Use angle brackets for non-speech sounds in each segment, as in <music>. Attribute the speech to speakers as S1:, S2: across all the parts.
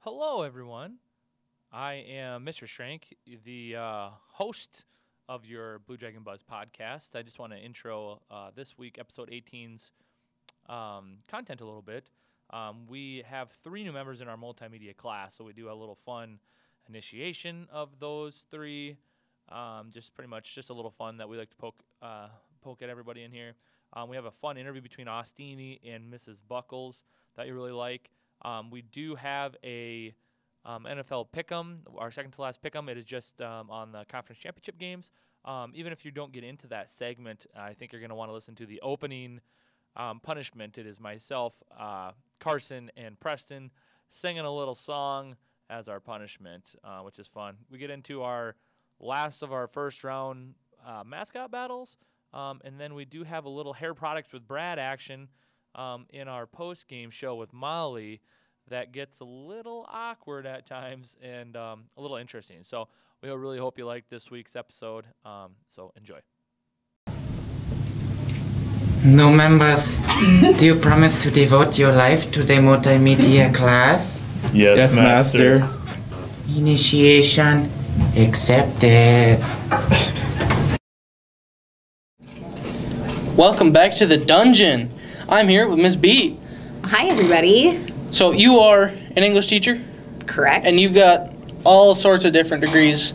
S1: Hello, everyone. I am Mr. Shrank, the uh, host of your Blue Dragon Buzz podcast. I just want to intro uh, this week, episode 18's um, content a little bit. Um, we have three new members in our multimedia class, so we do a little fun initiation of those three. Um, just pretty much just a little fun that we like to poke uh, poke at everybody in here. Um, we have a fun interview between Ostini and Mrs. Buckles that you really like. Um, we do have a um, NFL pick'em, our second to last pick'em. It is just um, on the conference championship games. Um, even if you don't get into that segment, I think you're going to want to listen to the opening um, punishment. It is myself, uh, Carson, and Preston singing a little song as our punishment, uh, which is fun. We get into our last of our first round uh, mascot battles, um, and then we do have a little hair products with Brad action um, in our post game show with Molly that gets a little awkward at times and um, a little interesting. So we really hope you liked this week's episode. Um, so enjoy.
S2: No members, do you promise to devote your life to the multimedia class?
S3: Yes,
S4: Yes, master.
S2: Initiation accepted.
S5: Welcome back to the dungeon. I'm here with Miss B.
S6: Hi, everybody.
S5: So you are an English teacher,
S6: Correct.
S5: and you've got all sorts of different degrees.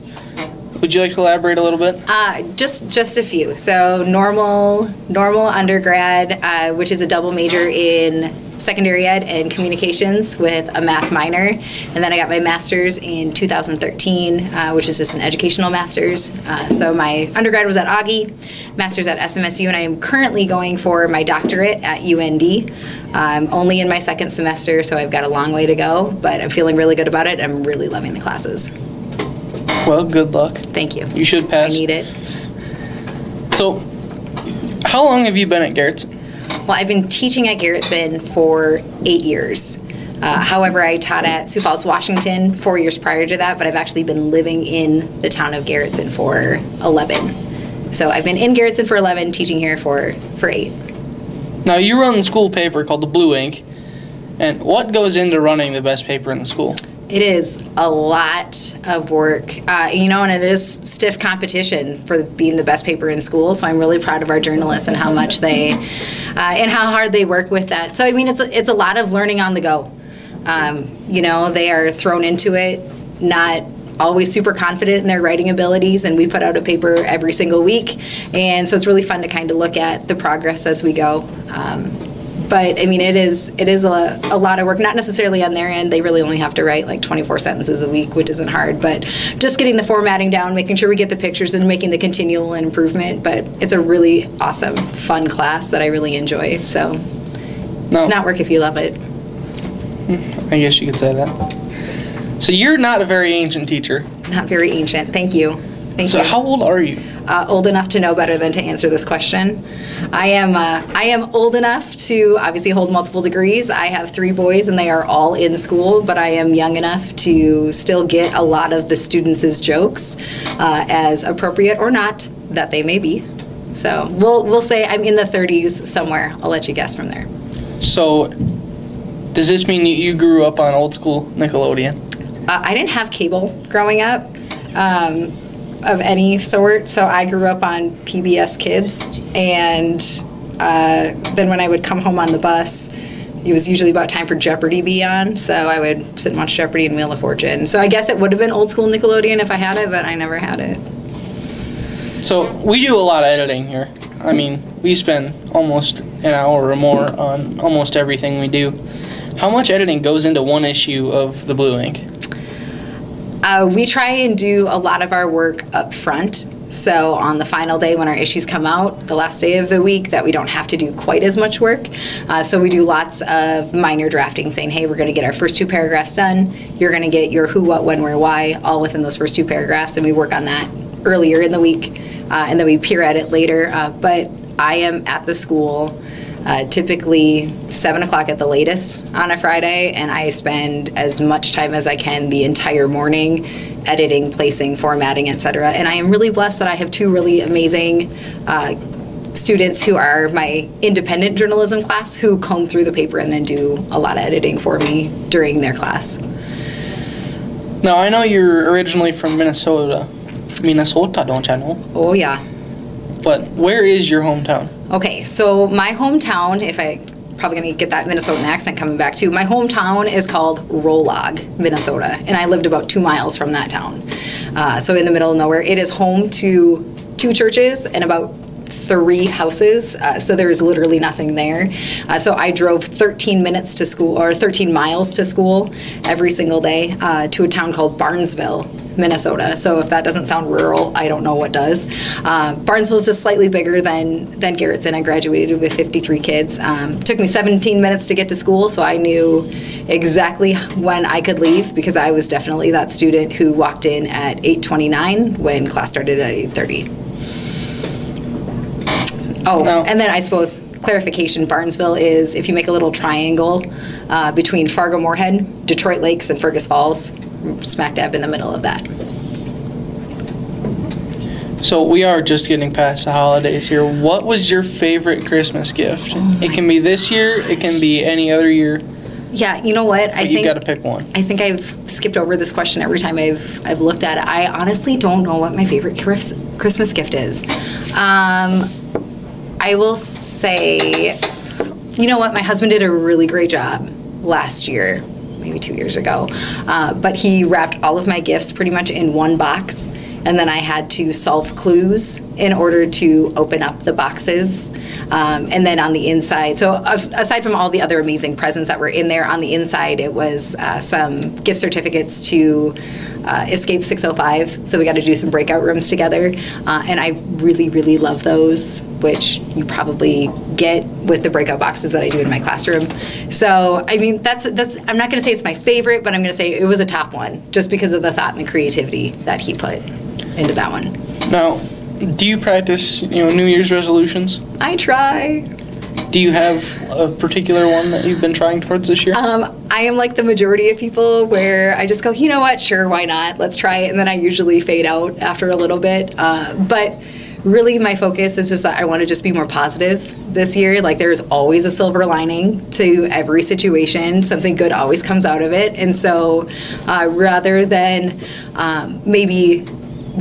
S5: Would you like to elaborate a little bit?
S6: uh, just just a few. So normal normal undergrad, uh, which is a double major in secondary ed and communications with a math minor, and then I got my master's in 2013, uh, which is just an educational master's. Uh, so my undergrad was at Augie, master's at SMSU, and I am currently going for my doctorate at UND. I'm only in my second semester, so I've got a long way to go, but I'm feeling really good about it. I'm really loving the classes.
S5: Well, good luck.
S6: Thank you.
S5: You should
S6: I
S5: pass.
S6: need it.
S5: So, how long have you been at Garrett's?
S6: Well, I've been teaching at Garrettson for eight years. Uh, however, I taught at Sioux Falls, Washington, four years prior to that, but I've actually been living in the town of Garrettson for 11. So I've been in Garrettson for 11, teaching here for, for eight.
S5: Now you run the school paper called the Blue Ink, and what goes into running the best paper in the school?
S6: It is a lot of work, uh, you know, and it is stiff competition for being the best paper in school. So I'm really proud of our journalists and how much they uh, and how hard they work with that. So I mean, it's a, it's a lot of learning on the go. Um, you know, they are thrown into it, not always super confident in their writing abilities, and we put out a paper every single week, and so it's really fun to kind of look at the progress as we go. Um, but I mean, it is it is a, a lot of work. Not necessarily on their end; they really only have to write like 24 sentences a week, which isn't hard. But just getting the formatting down, making sure we get the pictures, and making the continual improvement. But it's a really awesome, fun class that I really enjoy. So
S5: No,
S6: it's not work if you love it.
S5: I guess you could say that. So you're not a very ancient teacher.
S6: Not very ancient. Thank you. Thank
S5: So
S6: you.
S5: how old are you?
S6: uh, old enough to know better than to answer this question. I am uh, I am old enough to obviously hold multiple degrees. I have three boys and they are all in school, but I am young enough to still get a lot of the students' jokes uh, as appropriate or not that they may be. So we'll we'll say I'm in the 30s somewhere. I'll let you guess from there.
S5: So, does this mean you, you grew up on old school Nickelodeon?
S6: Uh, I didn't have cable growing up um, of any sort, so I grew up on PBS Kids. And uh, then when I would come home on the bus, it was usually about time for Jeopardy be on, so I would sit and watch Jeopardy and Wheel of Fortune. So I guess it would have been old school Nickelodeon if I had it, but I never had it.
S5: So we do a lot of editing here. I mean, we spend almost an hour or more on almost everything we do. How much editing goes into one issue of the Blue Ink?
S6: Uh, we try and do a lot of our work up front. So on the final day when our issues come out, the last day of the week, that we don't have to do quite as much work. Uh, so we do lots of minor drafting, saying, "Hey, we're going to get our first two paragraphs done. You're going to get your who, what, when, where, why, all within those first two paragraphs." And we work on that earlier in the week, uh, and then we peer at it later. Uh, but I am at the school uh, typically seven o'clock at the latest on a Friday, and I spend as much time as I can the entire morning editing, placing, formatting, etc. And I am really blessed that I have two really amazing uh, students who are my independent journalism class who comb through the paper and then do a lot of editing for me during their class.
S5: Now I know you're originally from Minnesota, Minnesota, don't you know?
S6: Oh, yeah.
S5: But where is your hometown?
S6: Okay, so my hometown, if I probably gonna get that Minnesotan accent coming back too. My hometown is called Rolog, Minnesota, and I lived about two miles from that town. Uh, so in the middle of nowhere, it is home to two churches and about three houses. Uh, so there is literally nothing there. Uh, so I drove 13 minutes to school or 13 miles to school every single day uh, to a town called Barnesville, Minnesota. So if that doesn't sound rural, I don't know what does. Uh, Barnesville is just slightly bigger than than Garrettson. I graduated with 53 kids. Um, took me 17 minutes to get to school, so I knew exactly when I could leave because I was definitely that student who walked in at 8:29 when class started at 8:30. Oh,
S5: No.
S6: and then I suppose clarification Barnesville is if you make a little triangle uh, between Fargo Moorhead, Detroit Lakes, and Fergus Falls, smack dab in the middle of that.
S5: So we are just getting past the holidays here. What was your favorite Christmas gift? it can be this year. It can be any other year.
S6: Yeah, you know what? I
S5: But
S6: think
S5: you got to pick one.
S6: I think I've skipped over this question every time I've I've looked at it. I honestly don't know what my favorite Chris, Christmas gift is. Um, I will say, you know what? My husband did a really great job last year, maybe two years ago, uh, but he wrapped all of my gifts pretty much in one box. And then I had to solve clues in order to open up the boxes. Um, and then on the inside, so af- aside from all the other amazing presents that were in there, on the inside it was uh, some gift certificates to uh, Escape 605. So we got to do some breakout rooms together. Uh, and I really, really love those, which you probably get with the breakout boxes that I do in my classroom. So, I mean, that's, that's I'm not going to say it's my favorite, but I'm going to say it was a top one just because of the thought and the creativity that he put into that one.
S5: Now, do you practice you know New Year's resolutions?
S6: I try.
S5: Do you have a particular one that you've been trying towards this year?
S6: Um, I am like the majority of people where I just go, you know what, sure, why not? Let's try it. And then I usually fade out after a little bit. Uh, but really, my focus is just that I want to just be more positive this year. Like, there's always a silver lining to every situation, something good always comes out of it. And so, uh, rather than um, maybe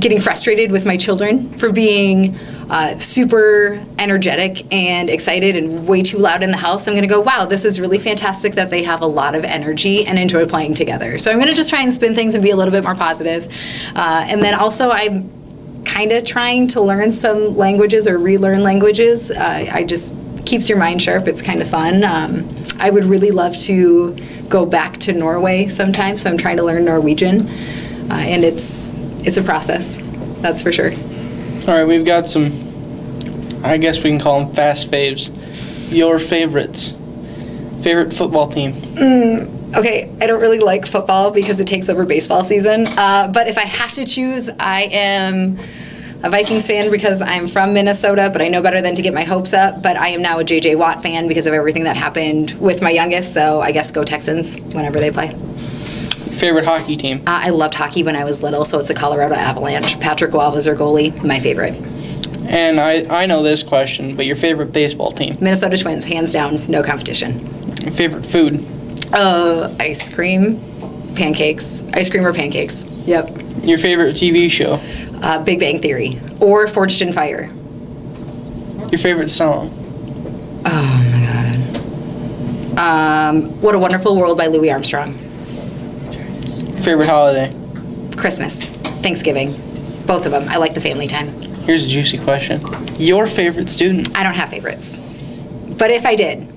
S6: getting frustrated with my children for being uh, super energetic and excited and way too loud in the house. I'm going to go, wow, this is really fantastic that they have a lot of energy and enjoy playing together. So I'm going to just try and spin things and be a little bit more positive. Uh, and then also, I'm kind of trying to learn some languages or relearn languages. Uh, I just keeps your mind sharp. It's kind of fun. Um, I would really love to go back to Norway sometime, so I'm trying to learn Norwegian, uh, and it's it's a process. That's for sure.
S5: All right, we've got some. I guess we can call them fast faves. Your favorites. Favorite football team.
S6: Okay, I don't really like football because it takes over baseball season. Uh, but if I have to choose, I am a Vikings fan because I'm from Minnesota, but I know better than to get my hopes up. But I am now a JJ Watt fan because of everything that happened with my youngest. So I guess go Texans whenever they play.
S5: Favorite hockey team.
S6: Uh, I loved hockey when I was little, so it's the Colorado Avalanche. Patrick Waugh was their goalie, my favorite.
S5: And I I know this question, but your favorite baseball team.
S6: Minnesota Twins, hands down, no competition.
S5: Favorite food.
S6: Uh, ice cream, pancakes, ice cream or pancakes. Yep.
S5: Your favorite TV show.
S6: uh, Big Bang Theory or Forged in Fire.
S5: Your favorite song.
S6: What a Wonderful World by Louis Armstrong.
S5: Favorite holiday?
S6: Christmas, Thanksgiving, both of them. I like the family time.
S5: Here's a juicy question. Your favorite student?
S6: I don't have favorites, but if I did,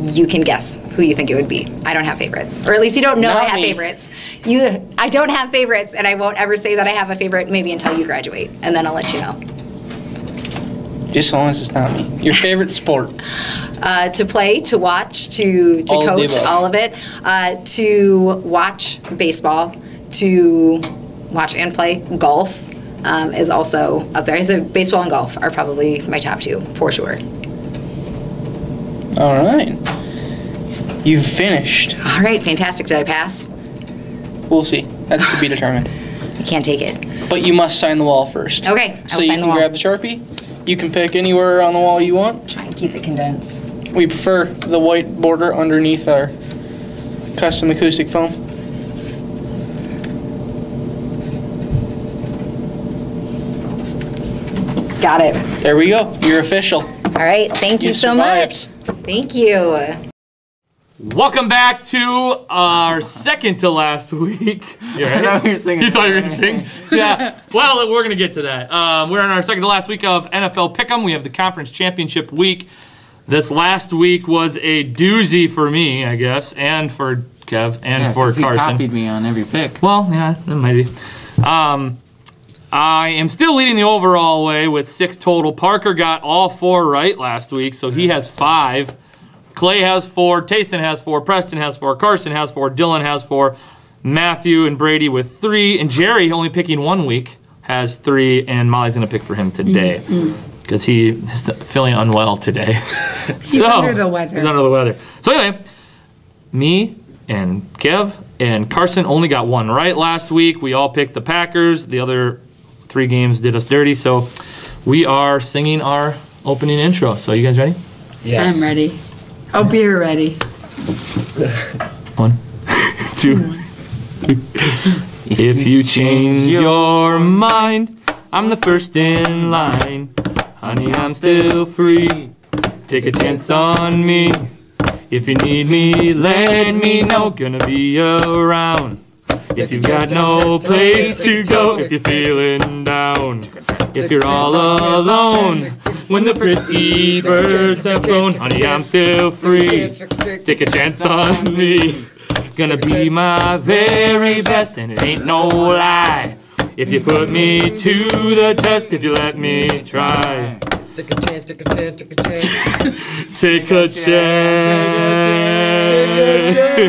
S6: you can guess who you think it would be. I don't have favorites, or at least you don't know
S5: Not
S6: I have
S5: me.
S6: favorites. You, I don't have favorites, and I won't ever say that I have a favorite. Maybe until you graduate, and then I'll let you know.
S5: Just as long as it's not me. Your
S6: <laughs>
S5: favorite sport?
S6: uh, to play, to watch, to, to
S5: All of the
S6: coach,
S5: above.
S6: all of it, uh, to watch baseball, to watch and play golf um, is also up there. So baseball and golf are probably my top two for sure.
S5: All right. You've finished.
S6: All right, fantastic. Did I pass?
S5: We'll see. That's to be determined.
S6: I can't take it.
S5: But you must sign the wall first.
S6: Okay, I
S5: So
S6: will
S5: you
S6: sign the
S5: can
S6: wall.
S5: grab the Sharpie. You can pick anywhere on the wall you want.
S6: Try and keep it condensed.
S5: We prefer the white border underneath our custom acoustic foam.
S6: Got it.
S5: There we go. You're official.
S6: All right. Thank you,
S5: You
S6: so
S5: survived.
S6: much. Thank you.
S1: Welcome back to our second to last
S3: <laughs>
S1: week. You
S3: I thought we
S1: <laughs>
S3: were singing.
S1: You thought you were gonna sing? Yeah. Well, we're gonna get to that. Um, we're on our second to last week of NFL Pick'em. We have the conference championship week. This last week was a doozy for me, I guess, and for Kev and
S3: Yeah,
S1: for
S3: 'cause he
S1: Carson.
S3: copied me on every pick.
S1: Well, yeah, it might be. Um, I am still leading the overall way with six total. Parker got all four right last week, so he has five. Clay has four. Tayson has four. Preston has four. Carson has four. Dylan has four. Matthew and Brady with three. And Jerry, only picking one week, has three. And Molly's going to pick for him today
S4: Mm-hmm.
S1: because he is feeling unwell
S4: <laughs>
S1: today. <laughs> he's
S4: under the weather.
S1: He's under the weather. So, anyway, me and Kev and Carson only got one right last week. We all picked the Packers. The other three games did us dirty. So we are singing our opening intro. So you guys ready?
S4: I'm ready. Hope you're ready.
S1: One, two. If you change your mind, I'm the first in line. Honey, I'm still free. Take a chance on me. If you need me, let me know. Gonna be around. If you've got no place to go, if you're feeling down, if you're all alone, when the pretty birds have flown, honey, I'm still free. Take a chance on me. Gonna be my very best, and it ain't no lie. If you put me to the test, if you let me try,
S7: Take a chance, take a chance, take a chance.
S1: <laughs> take a chance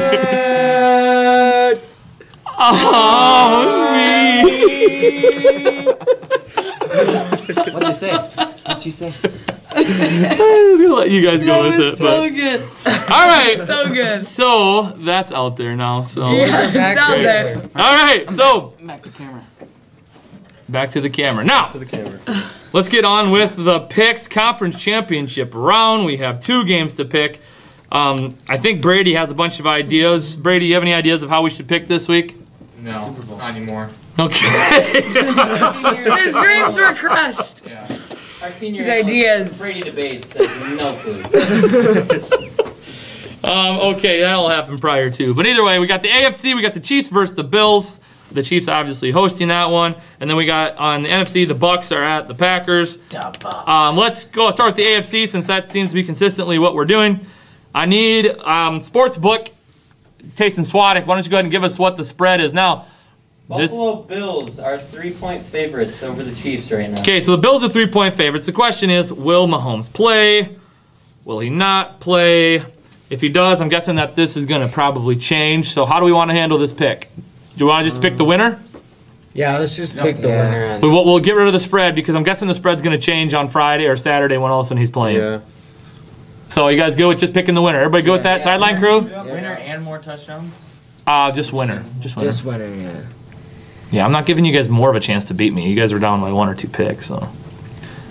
S1: on me. <laughs>
S3: What'd you say? What'd you say?
S1: I'm just gonna let you guys go with it. but-
S4: good.
S1: <laughs> All right,
S4: So good.
S1: so that's out there now. So
S4: it's out there.
S1: all right, so
S3: Back to camera.
S1: back to the camera now.
S7: The camera.
S1: Let's get on with the picks conference championship round. We have two games to pick. Um, I think Brady has a bunch of ideas. Brady, you have any ideas of how we should pick this week?
S8: No, not anymore.
S1: Okay. <laughs>
S4: His dreams were crushed.
S8: Yeah.
S3: Our senior
S4: His ideas.
S3: Brady debates says no clue.
S1: um, okay, that'll happen prior to. But either way, we got the AFC. We got the Chiefs versus the Bills. The Chiefs obviously hosting that one, and then we got on the NFC. The Bucks are at the Packers. Um, let's go start with the AFC since that seems to be consistently what we're doing. I need um, sports book. Tayson Swadek, why don't you go ahead and give us what the spread is now? This-
S3: Buffalo Bills are three-point favorites over the Chiefs right now.
S1: Okay, so the Bills are three point favorites. The question is will Mahomes play? Will he not play? If he does, I'm guessing that this is going to probably change. So, how do we want to handle this pick? Do you want to just pick the winner?
S7: Yeah, let's just pick the winner. And,
S1: We, will we'll get rid of the spread because I'm guessing the spread's going to change on Friday or Saturday when all of a sudden he's playing.
S7: yeah.
S1: So, you guys go with just picking the winner. Everybody go with that? Sideline crew?
S3: Winner and more touchdowns.
S1: Uh, just winner. Just winner.
S3: Just winner, yeah.
S1: Yeah, I'm not giving you guys more of a chance to beat me. You guys are down by one or two picks, so. All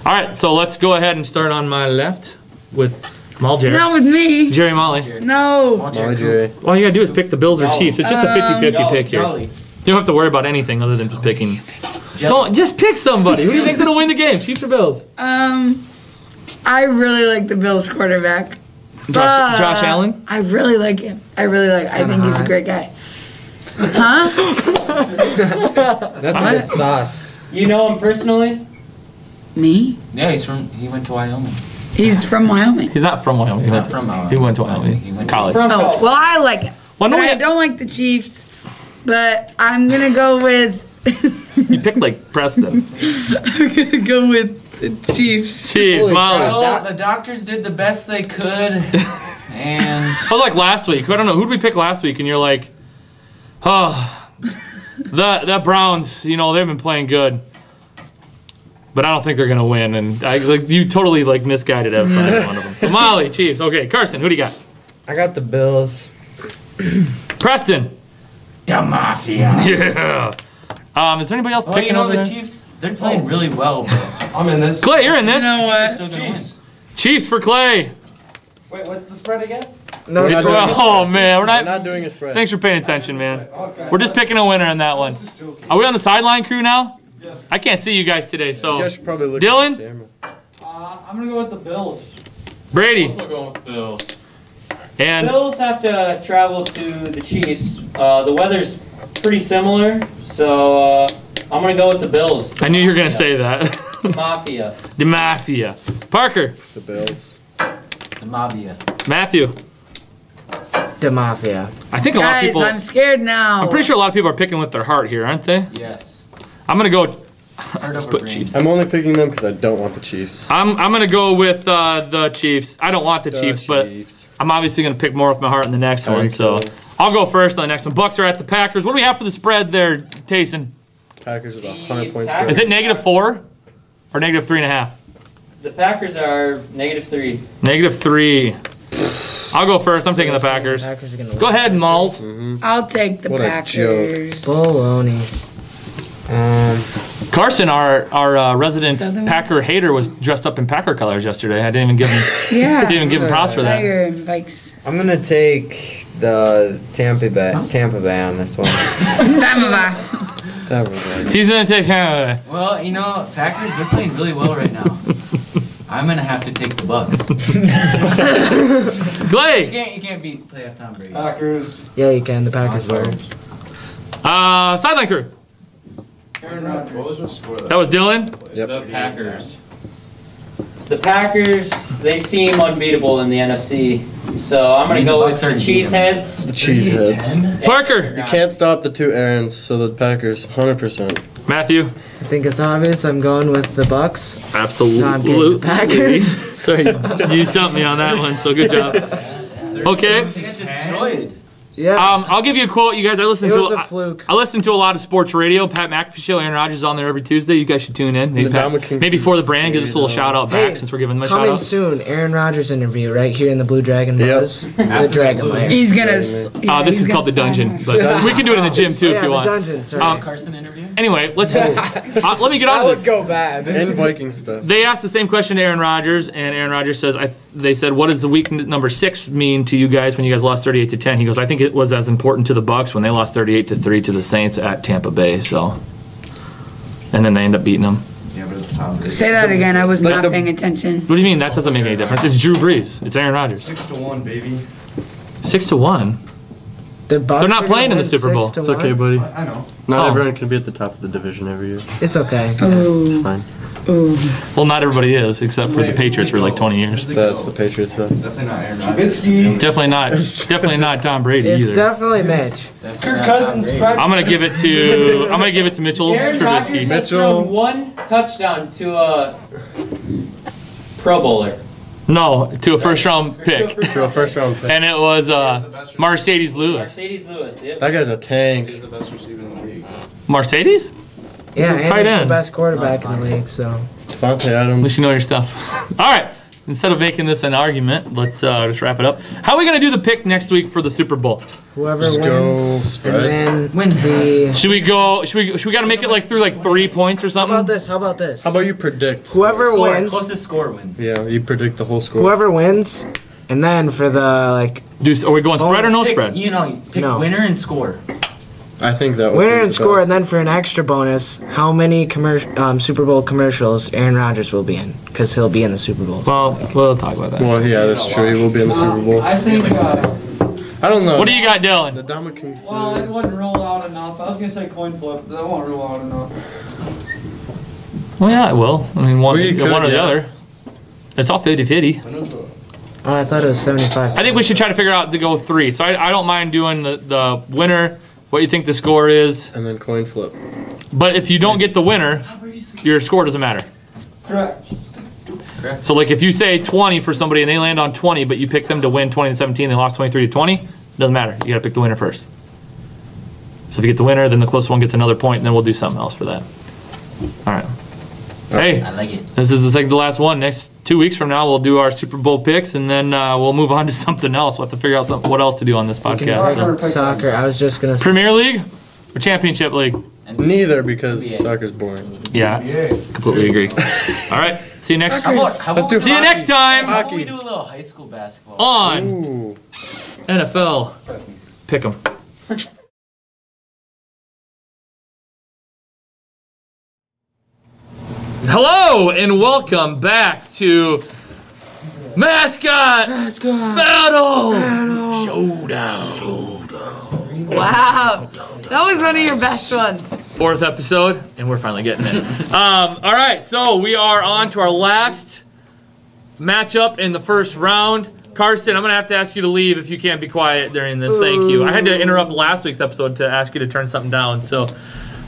S1: right, so let's go ahead and start on my left with Mal Jerry.
S4: Not with me.
S1: Jerry Molly.
S4: No.
S7: Molly Jerry.
S1: All you gotta do is pick the Bills or
S3: Jolly.
S1: Chiefs. It's just a 50 50 pick here. You
S3: Jolly.
S1: don't have to worry about anything other than just picking. Don't just pick somebody. Who do you think's gonna win the game, Chiefs or Bills?
S4: Um, I really like the Bills quarterback.
S1: Josh, Josh
S4: Uh,
S1: Allen.
S4: I really like him. I really like. I think he's a great guy. Huh?
S7: That's a good sauce.
S3: You know him personally?
S4: Me?
S8: Yeah, he's from. He went to Wyoming.
S4: He's from Wyoming.
S1: He's not from Wyoming. He went to,
S8: Not from uh, Wyoming.
S1: he went to Wyoming.
S8: He went to-
S1: College.
S3: From
S4: Oh well, I like him.
S1: Well, no,
S4: But
S1: we
S4: I
S1: had,
S4: don't like the Chiefs, but I'm gonna go with. <laughs>
S1: you picked like
S8: <laughs>
S1: Preston.
S4: I'm gonna go with the Chiefs.
S1: Chiefs,
S7: Holy
S1: Molly.
S7: crap.
S1: I
S3: Well, the doctors did the best they could,
S1: <laughs>
S3: and
S1: was like last week. I don't know. Who'd we pick last week? And you're like, oh, the, the Browns, you know, they've been playing good. But I don't think they're gonna win, and I like you totally like misguided us on every one of them. So Molly, Chiefs, okay. Carson, who do you got?
S7: I got the Bills.
S1: Preston.
S3: the mafia.
S1: <laughs> Yeah. Um, is there anybody else
S8: Well,
S1: picking
S8: you know
S1: over
S8: the
S1: there?
S8: Chiefs. They're playing really well. But
S7: I'm in this.
S1: Clay, you're in this.
S4: You know
S8: they're
S4: what?
S8: still gonna Chiefs.
S1: Chiefs for Clay.
S8: Win. Wait, what's the spread again?
S7: No, not doing,
S1: <laughs> Well, oh man, we're
S7: I'm
S1: not.
S7: not doing a spread.
S1: Thanks for paying attention, man. We're just picking a winner on that one. Are we on the sideline crew now? I can't see you guys today, so
S9: You guys should probably look
S1: Dylan?
S9: at the camera.
S3: Uh, I'm gonna go with the Bills.
S1: Brady
S8: going with Bills.
S1: and
S10: Bills have to travel to the Chiefs. Uh, the weather's pretty similar, so uh, I'm gonna go with the Bills.
S1: I knew you were gonna say that. <laughs>
S10: Mafia.
S1: the mafia. Parker,
S9: The Bills.
S8: The Mafia.
S1: Matthew.
S2: The mafia.
S1: I think a lot of
S4: Guys,
S1: people.
S4: I'm scared now.
S1: I'm pretty sure a lot of people are picking with their heart here, aren't they?
S8: Yes.
S1: I'm gonna go.
S8: Heard
S1: Let's
S8: over
S1: put Chiefs.
S9: I'm only picking them because I don't want the Chiefs.
S1: I'm I'm gonna go with uh, the Chiefs. I don't want the,
S9: The
S1: Chiefs, but
S9: Chiefs.
S1: I'm obviously gonna pick more with my heart in the next one.
S9: Tyreek
S1: So
S9: Hill.
S1: I'll go first on the next one. Bucks are at the Packers. What do we have for the spread there, Tayson?
S9: Packers with 100 points.
S10: Packers-
S1: Is it negative four or negative three and a half?
S10: The Packers are negative three.
S1: Negative three. I'll go first. I'm taking the Packers.
S2: Packers are gonna
S1: Go ahead, Malls.
S4: I'll take the
S9: What a
S4: Packers.
S2: Oh. Baloney.
S7: Um,
S1: Carson, our our uh, resident
S4: Southern-
S1: Packer hater, was dressed up in Packer colors yesterday. I didn't even give him
S4: Yeah.
S1: didn't even give him props for that.
S4: Tiger and Vikes.
S7: I'm gonna take the Tampa Bay, Tampa Bay on this one.
S3: <laughs>
S4: Diamond box.
S7: Tampa Bay.
S1: He's gonna take. Uh,
S8: Well, you know, Packers, they're playing really well
S1: <laughs>
S8: right now. I'm gonna have to take the Bucks. You
S1: Glade.
S8: can't, you can't beat playoff Tom Brady.
S10: Packers.
S2: Yeah, you can. The Packers were.
S1: Uh, sideline crew. That was Dylan.
S9: Yep.
S8: Packers.
S10: The Packers, they seem unbeatable in the NFC, so I'm
S8: I
S10: gonna
S8: mean,
S10: go
S8: the
S10: with
S8: Bucs
S10: the
S8: aren't
S10: Cheeseheads.
S9: The Cheeseheads.
S1: Parker.
S9: You can't stop the two errands, so the Packers, 100%.
S1: Matthew.
S2: I think it's obvious. I'm going with the Bucks. Not
S1: Absolutely.
S2: the Packers.
S1: <laughs> Sorry, you stumped me on that one. So good job. Okay.
S8: They got destroyed.
S2: Yeah.
S1: Um, I'll give you a quote. You guys, I listen
S2: it
S1: to.
S2: was a
S1: I-
S2: fluke.
S1: I listen to a lot of sports radio. Pat McAfee show, Aaron Rodgers is on there every Tuesday. You guys should tune in. Maybe, Pat,
S9: Ndamukong Suh
S1: maybe for the brand,
S9: is
S1: gives us a little
S9: great,
S1: shout out back
S2: Hey,
S1: since we're giving them a shout
S2: Coming
S1: out.
S2: soon, Aaron Rodgers interview right here in the Blue Dragon
S9: Yep.
S2: Buzz. the Dragon Lair.
S4: He's gonna. s- yeah,
S1: Uh, this
S4: he's
S1: is
S4: gonna
S1: called <laughs> the
S4: sign
S1: dungeon,
S4: her.
S1: but we can do it in the gym too
S2: yeah,
S1: if you
S2: the
S1: want.
S2: dungeon, sorry.
S9: Oh.
S1: Um,
S8: Carson interview?
S1: Anyway, let's <laughs> just uh, let me get on
S7: That
S1: with this.
S7: would go bad.
S9: And Viking stuff.
S1: They asked the same question to Aaron Rodgers, and Aaron Rodgers says, I, "They said, what does the week n- number six mean to you guys when you guys lost 38 to 10?" He goes, "I think it was as important to the Bucks when they lost 38 to three to the Saints at Tampa Bay." So, and then they end up beating them.
S8: Yeah, but it's Tom Brady.
S4: Say that again. I was
S9: Like
S4: not
S9: the-
S4: paying attention.
S1: What do you mean? That doesn't make any difference. It's Drew Brees. It's Aaron Rodgers.
S8: Six to one, baby.
S1: Six to one.
S2: The Bucks
S1: They're not
S2: are
S1: playing
S2: gonna
S1: in the
S2: win
S1: Super
S2: six
S1: Bowl.
S2: to
S9: It's okay,
S2: one.
S9: buddy.
S8: I know.
S9: Not
S1: Oh.
S9: everyone can be at the top of the division every year.
S2: It's okay.
S9: It's
S4: Ooh,
S9: fine.
S4: ooh.
S1: Well, not everybody is, except for the Patriots for like 20 years.
S9: That's the Patriots. That's
S8: Definitely not Aaron Rodgers. Trubisky.
S1: Definitely not. Definitely not Tom Brady
S2: It's
S1: either.
S2: definitely Mitch.
S8: Kirk Cousins.
S1: I'm gonna give it to I'm gonna give it to Mitchell
S10: Aaron
S3: E.
S10: Rodgers
S1: Trubisky.
S10: has
S9: Mitchell.
S10: thrown one touchdown to a Pro Bowler.
S1: No, to a first round
S10: To a <laughs>
S1: pick.
S10: first-
S9: true. A first round pick.
S1: and it was uh,
S8: best receiver.
S1: Mercedes Lewis.
S10: Mercedes Lewis. Yep.
S9: That guy's a tank.
S8: the best receiver in the league.
S1: Mercedes? At
S2: Yeah,
S1: a
S2: and
S1: tight
S2: he's the
S1: end.
S2: best quarterback in the league, so.
S9: Devontae Adams.
S1: least you know your stuff. <laughs> All right. Instead of making this an argument, let's uh, just wrap it up. How are we gonna do the pick next week for the Super Bowl?
S2: Whoever
S9: Just go
S2: wins,
S9: spread.
S2: and then the.
S1: Should we go? Should we? Should we gotta make it like through like three points or
S2: How about
S1: something?
S2: this? How about this?
S9: How about you predict?
S2: whoever
S8: Score,
S2: wins,
S8: closest score wins.
S9: Yeah, you predict the whole score.
S2: whoever wins, and then for the like
S1: Do, are we going spread or no
S8: Pick,
S1: spread?
S8: You know, pick
S2: No.
S8: winner and score.
S9: I think that would be
S2: winner and
S9: the
S2: score,
S9: best.
S2: and then for an extra bonus, how many commercial um, Super Bowl commercials Aaron Rodgers will be in? Because he'll be in the Super Bowl.
S1: Well, we'll talk about that.
S9: Well, yeah, that's true. He will be in the Super Bowl.
S3: I think. Uh,
S9: I don't know.
S1: What do you got, Dylan?
S9: The Diamond King Sue.
S3: well, it wouldn't rule out enough. I was gonna say coin flip. That won't rule out enough.
S1: Well, yeah, it will. I mean, one,
S9: Well, you
S1: one
S9: could,
S1: or the
S9: yeah.
S1: other. It's all 50 50.
S2: oh, I thought it was seventy-five.
S1: I think we should try to figure out to go three. So I, I don't mind doing the, the winner, what you think the score is.
S9: And then coin flip.
S1: But if you don't get the winner, your score doesn't matter.
S3: Correct.
S1: So, like, if you say 20 for somebody and they land on 20, but you pick them to win 20 to 17, they lost 23 to 20, doesn't matter. You got to pick the winner first. So, if you get the winner, then the closest one gets another point, and then we'll do something else for that. All right. Hey.
S8: I like it.
S1: This is the second to last one. Next two weeks from now, we'll do our Super Bowl picks, and then uh, we'll move on to <laughs> something else. We'll have to figure out some, what else to do on this podcast. So-
S2: soccer. soccer. I was just gonna. say
S1: Premier League or Championship League?
S9: Neither because soccer's boring.
S1: Yeah, completely
S2: <laughs>
S1: agree. All right, see you next.
S8: How about, how
S9: Let's
S8: about
S9: do
S8: we-
S1: See you next
S8: How
S1: time
S8: about we do a little high school basketball?
S10: Oh.
S1: on
S9: Ooh.
S1: NFL Pick 'em. Hello and welcome back to Mascot, Battle. Showdown.
S4: Wow. That was one of your best ones.
S1: Fourth episode, and we're finally getting it. <laughs> um, all right, so we are on to our last matchup in the first round. Carson, I'm going to have to ask you to leave if you can't be quiet during this. Thank you. I had to interrupt last week's episode to ask you to turn something down. So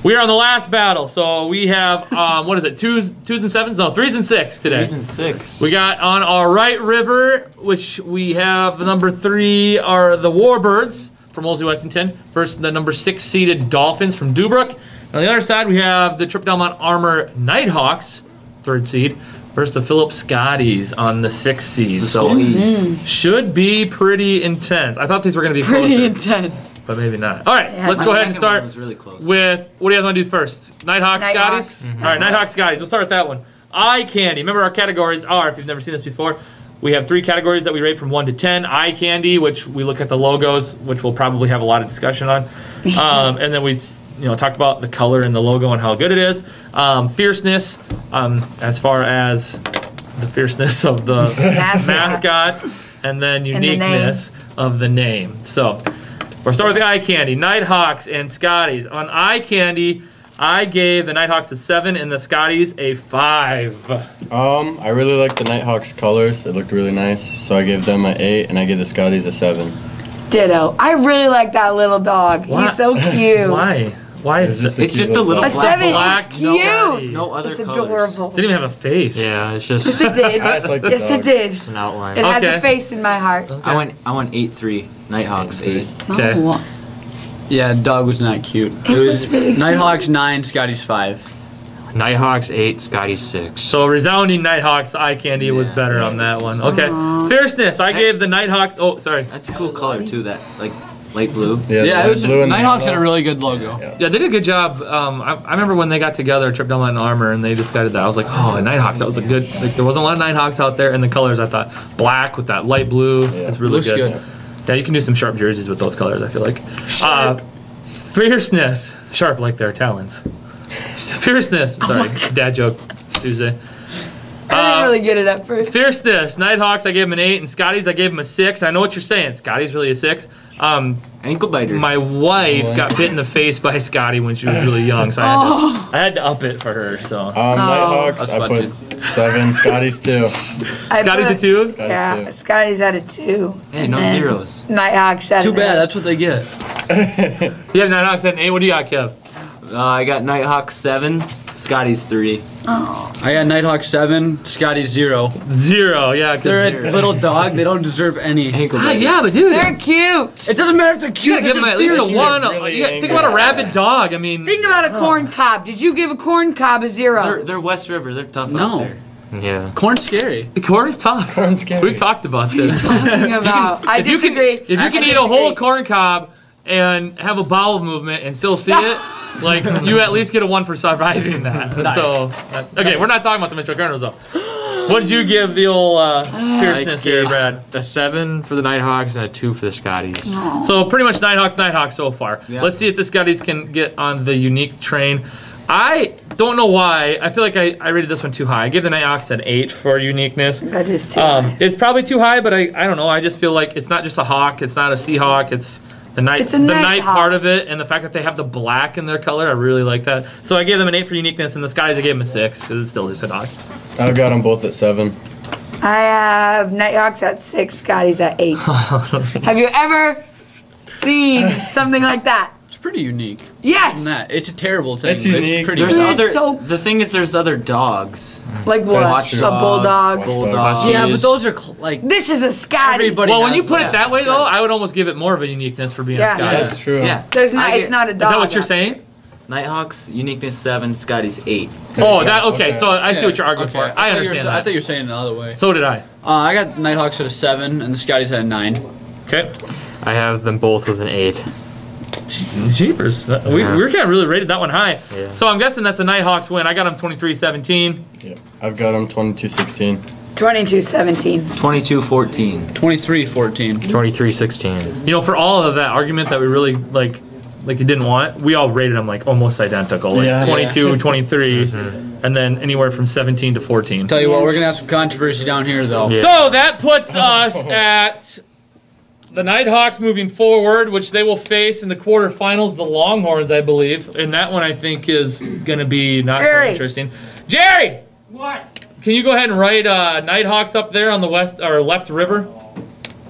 S1: we are on the last battle. So we have, um, what is it, twos, twos and sevens? No, threes and six today.
S8: Season six.
S1: We got on our right river, which we have the number three are the Warbirds from Wolsey Westington versus the number six seeded Dolphins from Dubrook. And on the other side, we have the Trip Delmont Armor Nighthawks, third seed, versus the Philip Scotties on the sixth seed. so should be pretty intense. I thought these were going to be
S4: Pretty
S1: closer,
S4: intense.
S1: but maybe not. All right,
S4: Yeah,
S1: let's
S4: my
S1: go ahead and
S8: Second one
S1: start
S8: was really close. Mm-hmm.
S1: with what do you guys want to do first? Nighthawk
S4: Nighthawks.
S1: Scotties? All right, Nighthawk Scotties. We'll start with that one. Eye candy. Remember, our categories are, if you've never seen this before, we have three categories that we rate from 1 to 10. Eye candy, which we look at the logos, which we'll probably have a lot of discussion
S8: <laughs>
S1: on. Um, and then we s- you know, talk about the color and the logo and how good it is. Um, fierceness, um, as far as the fierceness of
S8: <laughs>
S1: the
S4: Mascot.
S1: mascot, and then
S4: the name.
S1: uniqueness of the name. So we're starting with the eye candy. Nighthawks and Scotties. On eye candy, I gave the Nighthawks a seven and the Scotties a five.
S9: Um, I really like the Nighthawks colors. It looked really nice, so I gave them an eight, and I gave the Scotties a seven.
S4: Ditto. I really like that little dog.
S1: Why-
S4: He's so cute.
S1: Why? Why is this?
S8: It's just a
S9: cute
S8: little
S4: A
S9: dog.
S4: seven.
S1: black,
S4: it's
S1: no
S4: cute.
S1: body.
S8: No other
S4: It's
S8: colors.
S4: adorable.
S1: <laughs> Didn't even have a face.
S11: Yeah, it's
S4: Yes,
S11: just
S4: it did.
S9: I just like the
S4: yes, it
S9: dog.
S4: did.
S11: an
S4: It
S11: outline.
S4: has
S1: Okay.
S4: a face in my heart.
S8: I went. I went eight three. Nighthawks eight.
S1: Okay.
S4: Oh.
S11: No. Yeah, dog was not cute. It was Nighthawks nine, Scotty's five. Nighthawks eight, Scotty's six. So
S1: So resounding Nighthawks eye candy was
S8: Yeah.
S1: better on that one. Okay. Fierceness. I gave the Nighthawk. Oh, sorry.
S8: That's a cool color too. That like light blue.
S9: Yeah, the
S11: yeah,
S9: light
S11: it was
S9: blue and the
S11: Nighthawks had
S9: yellow.
S11: a really good logo.
S1: Yeah, they did a good job. Um, I, I remember when they got together, Trip Down and Armor, and they decided that. I was like, oh, Nighthawks, that was a good. Like, there wasn't a lot of Nighthawks out there, and the colors I thought black with that light blue. It's really
S11: Looks
S1: good.
S11: good.
S1: Yeah, you can do some sharp jerseys with those colors. I feel like. Uh, fierceness, sharp like their talons. Fierceness.
S11: Oh
S1: Sorry, dad joke Tuesday.
S4: I
S1: Uh,
S4: didn't really get it at first.
S1: Fierceness, Nighthawks, I gave him an eight, and Scotty's, I gave him a six. I know what you're saying. Scotty's really a six. Um,
S8: Ankle biters.
S1: my wife got bit in the face by Scotty when she was really young, so I had,
S9: Oh.
S1: to, I had to up it for her. So
S4: Oh.
S9: Um, Nighthawks,
S11: That's
S9: I put seven. Scotties too. Scotties
S4: I
S1: Scotty's a
S4: put-
S1: two.
S4: Yeah,
S9: too.
S4: Scotty's at a two.
S8: hey,
S4: and
S8: no
S4: then
S8: zeros.
S4: Nighthawks at
S11: Too
S4: an
S11: bad.
S4: eight.
S11: That's what they get.
S1: You have Nighthawks at an eight. What do you got, Kev?
S8: Uh, I got Nighthawks seven. Scotty's three.
S11: I got Nighthawks seven, Scotty's zero.
S1: Zero. Yeah. 'cause-
S11: They're a little dog. They don't deserve any.
S8: Ankle
S1: Ah,
S8: biters.
S1: yeah, but dude,
S4: They're cute.
S11: It doesn't matter if they're
S1: you
S11: cute.
S1: gotta give
S11: it's
S1: him at
S11: just
S1: least a
S11: fierceness.
S1: one.
S9: really
S1: you gotta, think about a
S9: angry.
S1: rabid dog. I mean,
S4: Think about a corn cob. Did you give a corn cob a zero?
S8: They're, they're West River. They're tough
S11: No.
S8: out there.
S11: Yeah. Corn's scary.
S1: the corn is tough.
S9: Corn's scary.
S1: We've talked about
S9: <laughs>
S1: this.
S4: Talking about.
S1: <laughs>
S4: I
S1: if you can,
S4: disagree.
S1: if you
S4: I
S1: can eat a whole
S4: disagree.
S1: corn cob and have a bowel movement and still see
S11: <laughs>
S1: it, like you at least get a one for surviving that. So okay, we're not talking about the Mitchell Colonels though. What did you give the old uh, fierceness here, Brad?
S11: Ah, A seven for the Nighthawks and a two for the Scotties.
S1: So pretty much Nighthawks, Nighthawks so far.
S8: Yeah.
S1: Let's see if the Scotties can get on the unique train. I don't know why. I feel like I, I rated this one too high. I gave the Nighthawks an eight for uniqueness.
S4: That is too.
S1: Um, it's probably too high, but I, I don't know. I just feel like it's not just a hawk. It's not a seahawk. It's the night
S4: It's a
S1: the
S4: night
S1: night
S4: hawk.
S1: part of it, and the fact that they have the black in their color. I really like that. So I gave them an eight for uniqueness, and the skies I gave them a six because it's still just a hawk.
S9: I've got them both at seven.
S4: I have Nighthawks at six, Scotty's at
S1: <laughs>
S4: eight. have you ever seen something like that?
S11: It's pretty unique.
S4: Yes.
S11: Nah, it's a terrible thing.
S9: It's
S11: but
S9: unique.
S11: pretty
S8: There's
S4: Dude,
S11: unique.
S8: other.
S4: so-
S8: The thing is, there's other dogs.
S4: Like what?
S9: That's
S4: a
S9: true.
S4: bulldog.
S9: Watchdog.
S11: Yeah,
S1: Jeez.
S11: but those are cl- like
S4: This is a Scotty.
S11: everybody.
S1: Well, when
S11: has
S1: you put
S11: that.
S1: it that way though, I would almost give it more of a uniqueness for being
S4: Yeah.
S1: a sky.
S8: Yeah.
S1: Is
S9: That's true.
S8: Yeah.
S4: There's not.
S8: I get-
S4: it's not a dog.
S1: that what you're saying?
S8: Nighthawks uniqueness seven. Scotty's eight.
S1: Oh, that okay. So I
S11: Yeah,
S1: see what you're arguing
S11: okay.
S1: for. I,
S11: thought you were
S1: understand
S11: sa- I
S1: that.
S11: thought you were saying it another way.
S1: so did I.
S11: Uh, I got Nighthawks at a seven and the Scotties at a nine.
S1: Okay.
S11: I have them both with an eight.
S1: Jeepers. that- We,
S11: Yeah.
S1: we were kind of really rated that one high.
S11: Yeah.
S1: So I'm guessing that's a Nighthawks win. I got them 23-17.
S9: Yep. I've got them 22 16.
S4: Twenty-two seventeen.
S8: 22-14.
S11: 23 14.
S1: 23-16. You know, for all of that argument that we really like like you didn't want, we all rated them like almost identical, like
S11: Yeah.
S1: 22, <laughs>
S11: Yeah.
S1: 23, and then anywhere from 17 to 14.
S11: Tell you what, we're gonna have some controversy down here though.
S1: So that puts us at the Nighthawks moving forward, which they will face in the quarterfinals, the Longhorns, I believe. And that one I think is going to be not
S12: Jerry.
S1: so interesting. Jerry!
S12: What?
S1: Can you go ahead and write uh, Nighthawks up there on the west or left river?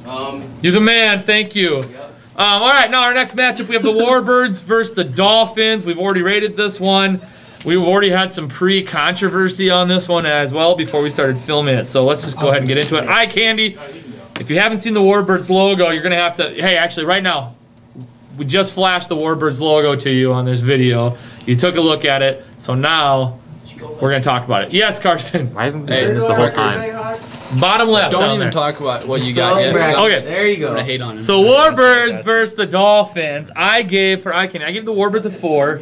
S12: Um,
S1: You're the man. Thank you. Um, all right, now our next matchup we have the Warbirds versus the Dolphins. We've already rated this one. We've already had some pre-controversy on this one as well before we started filming it. So let's just go ahead and get into it. Eye candy. If you haven't seen the Warbirds logo, you're gonna have to. Hey, actually, right now, we just flashed the Warbirds logo to you on this video. You took a look at it. So now we're gonna talk about it. Yes, Carson.
S11: <laughs>
S1: Why haven't
S11: we Hey, done this the whole time?
S1: Bottom left.
S11: Don't
S1: down
S11: even
S1: there.
S11: talk about what you
S1: Just
S11: got
S1: go
S11: yet.
S1: back.
S11: 'cause I'm-
S1: Okay. There you go.
S11: I'm gonna hate on him.
S1: So Warbirds versus the Dolphins. I gave for I can I gave the Warbirds a four,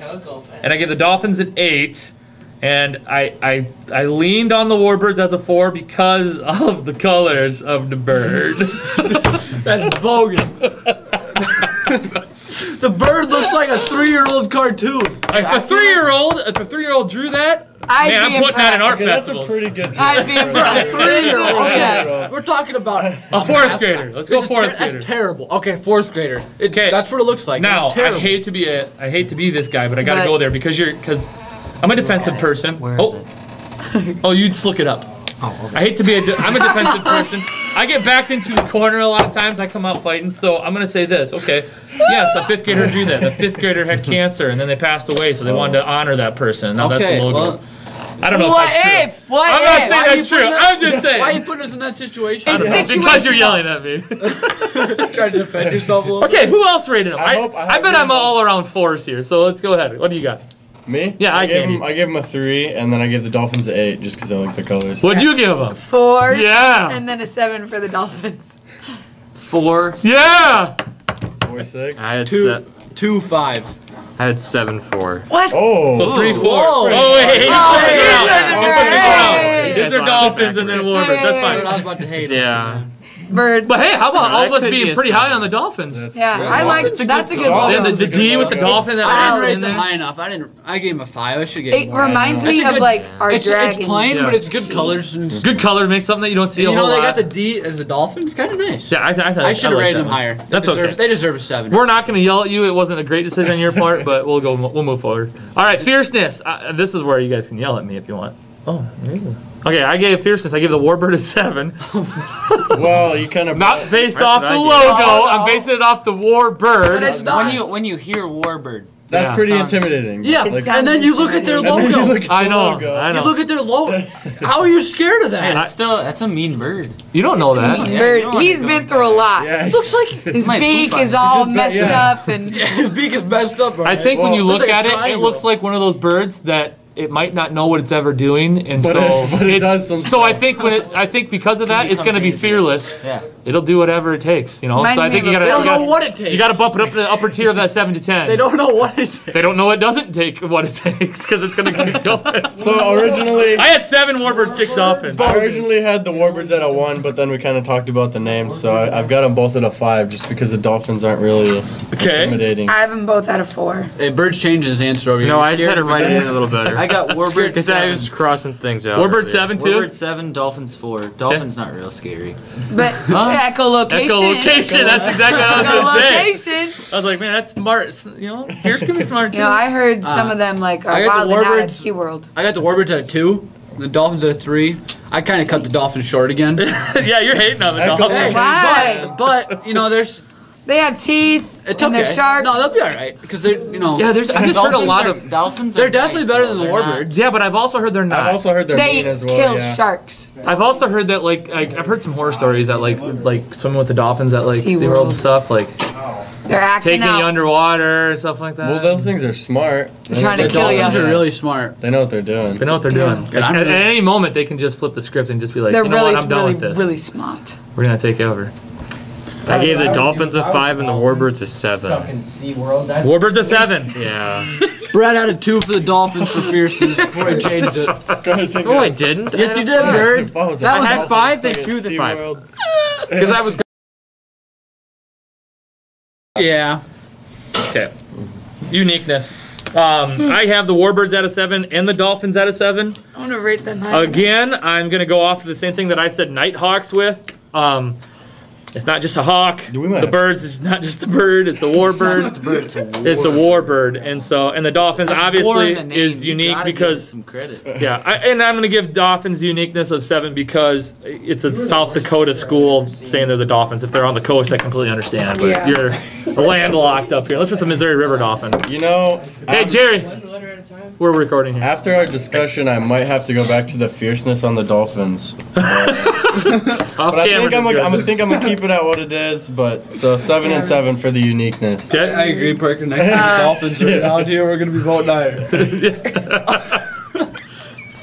S1: and I gave the Dolphins an eight, and I I I leaned on the Warbirds as a four because <laughs> of the colors of the bird.
S11: <laughs> That's
S1: <laughs>
S11: bogus. the bird looks like a three-year-old cartoon.
S1: If a three-year-old, if a three-year-old drew that,
S11: I'd
S1: man,
S11: be
S1: I'm putting that in
S11: impressed.
S1: art
S11: Okay, that's a
S1: festivals.
S11: pretty good
S1: <laughs>
S11: I'd be joke. impressed. For a three-year-old, yes. We're talking <laughs> about
S1: a fourth grader. Let's go
S11: This is
S1: fourth
S11: ter-
S1: grader.
S11: That's terrible. Okay, fourth grader. okay, that's what it looks like.
S1: Now
S11: That's terrible.
S1: I hate to be a I hate to be this guy, but I gotta
S11: But-
S1: go there because you're because I'm a defensive person. oh. <laughs> oh, you just look it up. I hate to be a de- I'm a
S11: <laughs>
S1: defensive person. I get backed into a corner a lot of times. I come out fighting, so I'm gonna say this. Okay, yes, a fifth grader drew that. A fifth grader had cancer and then they passed away, so they wanted to honor that person. Now that's
S11: Okay,
S1: the logo.
S11: well-
S1: I don't know
S11: What
S1: if that's
S11: if? What
S1: I'm not
S11: if?
S1: saying
S11: Why are
S1: that's
S11: you
S1: true.
S11: putting
S1: I'm
S11: that-
S1: just saying.
S11: Why are you putting us in that <laughs> situation?
S1: I don't know, <laughs> because you're yelling at me.
S11: Trying to defend yourself a little.
S1: Okay, who else rated him?
S11: I
S1: I,
S11: hope- I
S1: I,
S11: hope
S1: bet
S11: you
S1: I'm all around fours here. So let's go ahead. What do you got?
S9: Me?
S1: Yeah, I
S9: gave
S1: candy.
S9: him. I gave him a three, and then I gave the Dolphins an eight just because I like the colors.
S1: What'd you give him?
S4: Four.
S9: Yeah.
S4: And then a seven for the Dolphins.
S13: Four.
S1: Yeah.
S9: Four six.
S13: I had
S11: Two-
S13: se-
S11: two five.
S13: I had seven four.
S4: What?
S9: Oh.
S1: So three, four.
S11: Whoa.
S1: Oh, wait.
S11: Oh,
S1: he's
S11: hey,
S1: flipping out.
S11: he's flipping
S1: He's flipping
S11: around.
S1: out. These
S11: Hey.
S1: are Dolphins and then Warbirds. That's fine.
S11: I was about to hate him.
S13: Yeah.
S4: Bird.
S1: But hey, how about
S13: No,
S1: all
S13: that
S1: of us
S13: could be
S1: being
S13: a
S1: pretty
S13: seven.
S1: high on the Dolphins?
S4: Yeah, I like that's a good
S1: call.
S4: one.
S1: Yeah, the- the D with the dolphin that
S11: I
S1: was
S11: didn't
S1: in
S11: rate
S1: there.
S11: them high enough. I didn't. I gave him a five. I should give.
S4: It reminds me of, like, our
S11: it's,
S4: dragon.
S11: It's plain,
S1: Yeah.
S11: but it's good colors. And
S1: Good color makes something that you don't see
S11: you
S1: a
S11: know
S1: whole
S11: they
S1: lot.
S11: got the D as the dolphin. It's kind of nice.
S1: yeah, I, th- I,
S11: I should have rated them higher. They
S1: That's
S11: deserve,
S1: okay.
S11: They deserve a seven.
S1: We're not going to yell at you. It wasn't a great decision on
S9: <laughs>
S1: your part, but we'll go. We'll move forward. All right, fierceness. Uh, this is where you guys can yell at me if you want. Oh, okay. I gave fierceness. I gave the warbird a seven.
S9: <laughs> well, you kind of
S1: not based
S13: That's
S1: off
S13: what
S1: the
S13: I
S1: logo.
S13: gave. Oh,
S1: I'm basing it off the warbird.
S13: When you when you hear Warbird,
S9: That's
S1: Yeah.
S9: pretty
S1: Sounds-
S9: intimidating.
S11: Yeah,
S9: Like-
S11: and then you look at their
S9: And then you
S11: logo.
S1: <laughs>
S9: look at
S1: I
S9: the
S1: know,
S9: logo.
S1: I
S11: You
S1: know.
S11: look at their logo. How are you scared of
S13: Hey,
S11: that?
S13: that's still that's a mean bird.
S1: You don't know that.
S13: Yeah, you
S4: Bird.
S13: don't
S4: He's
S13: wanna
S4: been through a lot.
S11: Looks
S8: <laughs>
S11: like
S4: His
S13: Might
S4: beak
S13: poop on
S4: is
S13: it. It's
S4: all
S13: just-
S4: messed
S13: yeah.
S11: <laughs>
S4: up and
S11: his beak is messed up.
S1: I think when you
S11: Looks
S1: look
S11: like
S1: at
S11: a
S1: it, it
S11: triangle.
S1: looks like one of those birds that it might not know what it's ever doing, and
S9: But
S1: so
S9: it- but it does
S1: it's-
S9: some
S1: so I think when it, I think because of that, it's going to be fearless.
S13: Yeah.
S1: It'll do whatever it takes, you know.
S11: Reminds
S1: so I
S11: me
S1: think
S11: of
S1: you
S11: a-
S1: gotta,
S11: They
S1: you
S11: don't know
S1: gotta-
S11: what it takes.
S1: You gotta bump it up to the upper tier of that seven to ten.
S11: They don't know what it
S1: They don't know it doesn't take what it <laughs> takes because it's gonna keep
S11: <laughs>
S1: going.
S9: So originally-
S1: I had seven Warbirds, six Dolphins.
S9: I originally had the Warbirds at a one, but then we kind of talked about the name, so I, I've got them both at a five, just because the Dolphins aren't really intimidating.
S4: I have them both out of four.
S11: Hey, Birds changing his answer over here.
S13: No,
S11: You
S13: I just had
S11: scared
S13: it
S11: of
S13: right
S11: that?
S13: in a little better.
S11: I <laughs> got Warbird
S13: Because I
S11: seven.
S13: was crossing things out.
S11: Warbird
S13: earlier.
S11: seven, too?
S13: Warbird seven, Dolphins four. Dolphins not real scary.
S4: But echolocation.
S1: Echolocation, that's exactly what I was gonna say.
S4: Echolocation.
S1: I was like, man, that's smart. s- You know, Pierce can be smart too.
S4: You know, I heard
S11: Uh,
S4: some of them like
S11: I
S4: are
S11: got the
S4: wild and out at
S11: Warbirds-
S4: SeaWorld.
S11: I got the Warbirds at a two, the Dolphins at a three. I kind of cut the Dolphins short again.
S1: <laughs> yeah, you're hating on the
S11: Echo-
S1: Dolphins.
S11: Hey,
S4: Why?
S11: But, but, you know, there's
S4: They have teeth
S11: it's
S4: and
S11: okay.
S4: they're sharp.
S11: No, they'll be all right because they're you know.
S1: Yeah, there's. I just heard a lot
S13: Dolphins
S1: of
S13: Dolphins.
S11: They're definitely better than the Warbirds.
S1: Yeah, but I've also heard they're not.
S9: I've also heard they're
S4: They
S9: mean as well.
S4: kill
S9: yeah.
S4: sharks.
S1: I've also heard that like, like I've heard some horror stories that like like swimming with the dolphins at like
S4: SeaWorld.
S1: SeaWorld and stuff like
S4: They're acting
S1: taking
S4: out.
S1: you underwater and stuff like that.
S9: Well, those things are smart.
S4: They're trying to The kill ya. Dolphins are
S11: really smart.
S9: They know what they're doing.
S1: They know what they're doing. Like,
S9: Yeah, I'm
S1: at, at
S9: really-
S1: any moment they can just flip the script and just be like,
S4: they're
S1: you know
S4: really,
S1: what, I'm done with
S4: really,
S1: this.
S4: really smart.
S1: We're gonna take over.
S13: I gave the Dolphins a five and the Warbirds a seven.
S14: in SeaWorld. That's
S1: Warbirds a seven.
S13: Yeah.
S11: Brad added two for the Dolphins for fierceness before <laughs> he changed it.
S8: Oh,
S13: No, I didn't. I
S11: Yes,
S13: had
S11: you
S13: a
S11: did,
S13: five.
S11: nerd.
S13: I
S11: That was
S13: had
S11: a-
S13: five. They two the five. Because I was.
S11: Yeah.
S1: Okay. uniqueness. Um, I have the Warbirds at a seven and the Dolphins at a seven.
S4: I want to rate them high.
S1: Again, I'm gonna go off of the same thing that I said Nighthawks with. Um, it's not just a hawk. The birds is not just a bird. It's a warbird.
S8: just a bird, it's a
S1: It's a warbird, and so and the dolphins
S8: That's war
S1: obviously
S8: in the name.
S1: is
S8: You
S1: unique
S8: gotta give it
S1: because
S8: some credit.
S1: Yeah, I, and I'm gonna give dolphins uniqueness of seven because it's a South Dakota school saying they're the dolphins. If they're on the coast, I completely understand. But
S9: Yeah.
S1: you're landlocked up here. Let's just a Missouri River dolphin.
S9: You know.
S1: Hey Jerry. We're recording here.
S9: After our discussion, I might have to go back to the fierceness on the
S13: <laughs>
S9: Dolphins. but I think
S8: camera
S9: I'm gonna, I'm
S8: discussion.
S9: gonna think I'm gonna keep it at what it is. But so seven and seven for the uniqueness.
S8: I agree, Parker. Next time the Dolphins are down here, we're gonna be voting higher.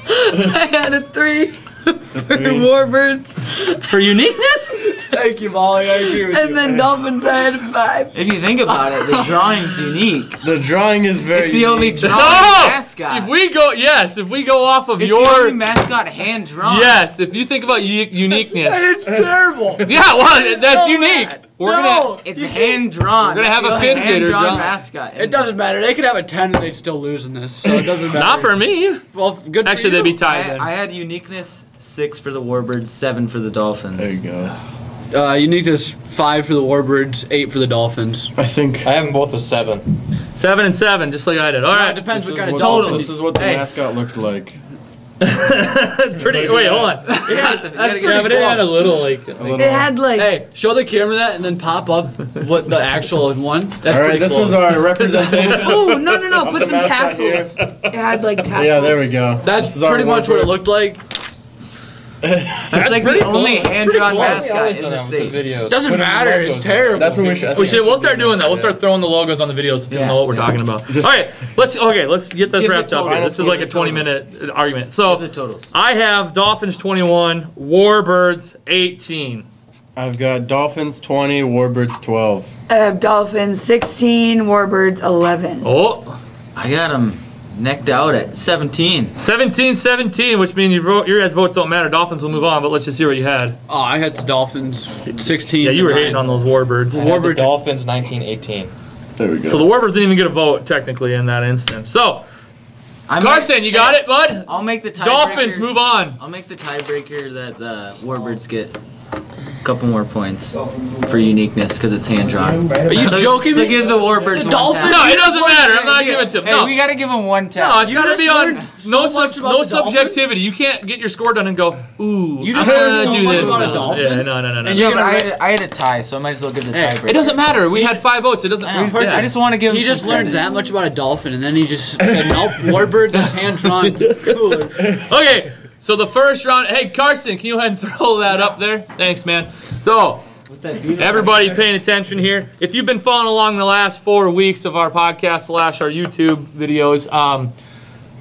S4: I had a three for Warbirds.
S1: For uniqueness?
S8: Thank you, Molly. I agree with you.
S4: And then Dolphins, I had a five.
S8: If you think about it, the drawing's unique.
S9: The drawing is very.
S8: It's the only
S1: No!
S8: drawing
S1: <laughs>
S8: mascot.
S1: If we go, yes, if we go off of
S8: It's
S1: your
S8: the only mascot hand drawn.
S1: Yes, if you think about u- uniqueness.
S8: And it's terrible.
S1: Yeah, well, that's unique. We're
S8: no,
S1: gonna.
S8: it's hand drawn.
S1: We're gonna have a pin
S8: hand
S1: hitter
S8: drawn
S1: drawn.
S8: mascot.
S11: It doesn't matter. They could have a ten and they'd still lose in this, so it doesn't matter.
S1: Not for me.
S11: Well, good.
S1: Actually,
S11: for you.
S1: they'd be tied
S11: I-
S1: then.
S11: I-
S8: I had uniqueness six for the Warbirds, seven for the Dolphins. There
S9: you go.
S11: Uh, uniqueness five for the Warbirds, eight for the Dolphins.
S9: I think
S11: I have them both with seven.
S1: Seven and seven, just like I did. All
S11: No, it
S1: right.
S11: depends
S9: This
S11: what
S9: is
S11: kind of
S9: what-
S11: total.
S9: This is what the
S11: Hey.
S9: mascot looked like.
S1: Pretty. Wait, hold on. <laughs> Yeah, that's pretty yeah, but it had a little like.
S4: It had like.
S11: Hey, show the camera that, and then pop up what the actual one. That's
S9: All right,
S11: pretty
S9: this
S11: close.
S9: was our representation.
S11: <laughs>
S4: Oh no
S9: <laughs>
S4: no no!
S9: Of
S4: Put
S9: the
S4: some
S9: mascot here.
S4: tassels. It had like
S9: <laughs>
S4: tassels.
S9: Yeah, there we go.
S11: That's
S9: This is our
S11: pretty much
S9: warbird.
S11: what it looked like.
S8: That's like the
S1: pretty
S8: only
S1: close.
S8: hand
S1: Pretty
S8: drawn
S1: close. We
S8: mascot
S1: always do
S8: in the
S1: that with
S8: state.
S1: Doesn't matter. It's terrible.
S9: That's what we should.
S1: We should. We'll start doing that. We'll start throwing the logos on the videos so people know what we're talking about.
S9: Just-
S1: All right. Let's okay. Let's get this
S8: Give the
S1: wrapped up. Here.
S8: totals.
S1: This is like a
S8: Give the
S1: 20
S8: totals.
S1: minute argument. So
S8: Give the totals.
S1: I have Dolphins 21, Warbirds 18.
S9: I've got Dolphins 20, Warbirds 12.
S4: Uh, Dolphins sixteen, Warbirds eleven.
S1: Oh,
S8: I got him necked out at 17.
S1: 17 17, which means your, vote, your guys' votes don't matter. Dolphins will move on, but let's just hear what you had.
S11: Oh, I had the Dolphins 16.
S1: Yeah, you were
S11: to
S1: hating
S11: nine.
S1: on those Warbirds.
S11: Warbirds.
S13: Dolphins 1918.
S9: There we go.
S1: So the Warbirds didn't even get a vote technically in that instance. So, Carson, you got it, bud?
S8: I'll make the tiebreaker.
S1: Dolphins move on.
S8: I'll make the tiebreaker that the Warbirds get a couple more points for uniqueness because it's hand drawn.
S11: Are you
S8: so,
S11: joking
S8: So
S11: me?
S8: give the Warbirds
S11: The
S8: one
S11: Dolphins-
S8: tap.
S1: No, it doesn't matter. I'm not
S8: Hey,
S1: giving it to him.
S8: Hey,
S1: No.
S8: we gotta give him one tap.
S1: No, it's got to be on no, sub,
S8: much about
S1: no
S8: the Dolphins.
S1: subjectivity. You can't get your score done and go, ooh,
S11: You just
S1: I'm gonna
S11: learned so
S1: do
S11: much
S1: this
S11: about a
S1: now."
S11: dolphin.
S1: Yeah, no, no, no, no.
S8: And
S1: no.
S8: yeah, but I had, I had a tie, so I might as well give the tiebreaker.
S1: it doesn't matter. We had five votes. It doesn't.
S8: I, know, I just want to give.
S11: He
S8: him
S11: just
S8: some
S11: learned
S8: credit.
S11: that much about a dolphin, and then he just said, "Nope, warbird that's hand drawn." Cooler.
S1: Okay, so the first round. Hey, Carson, can you go ahead and <laughs> throw that up there? Thanks, man. So, everybody paying attention here. If you've been following along the last four weeks of our podcast slash our YouTube videos, um,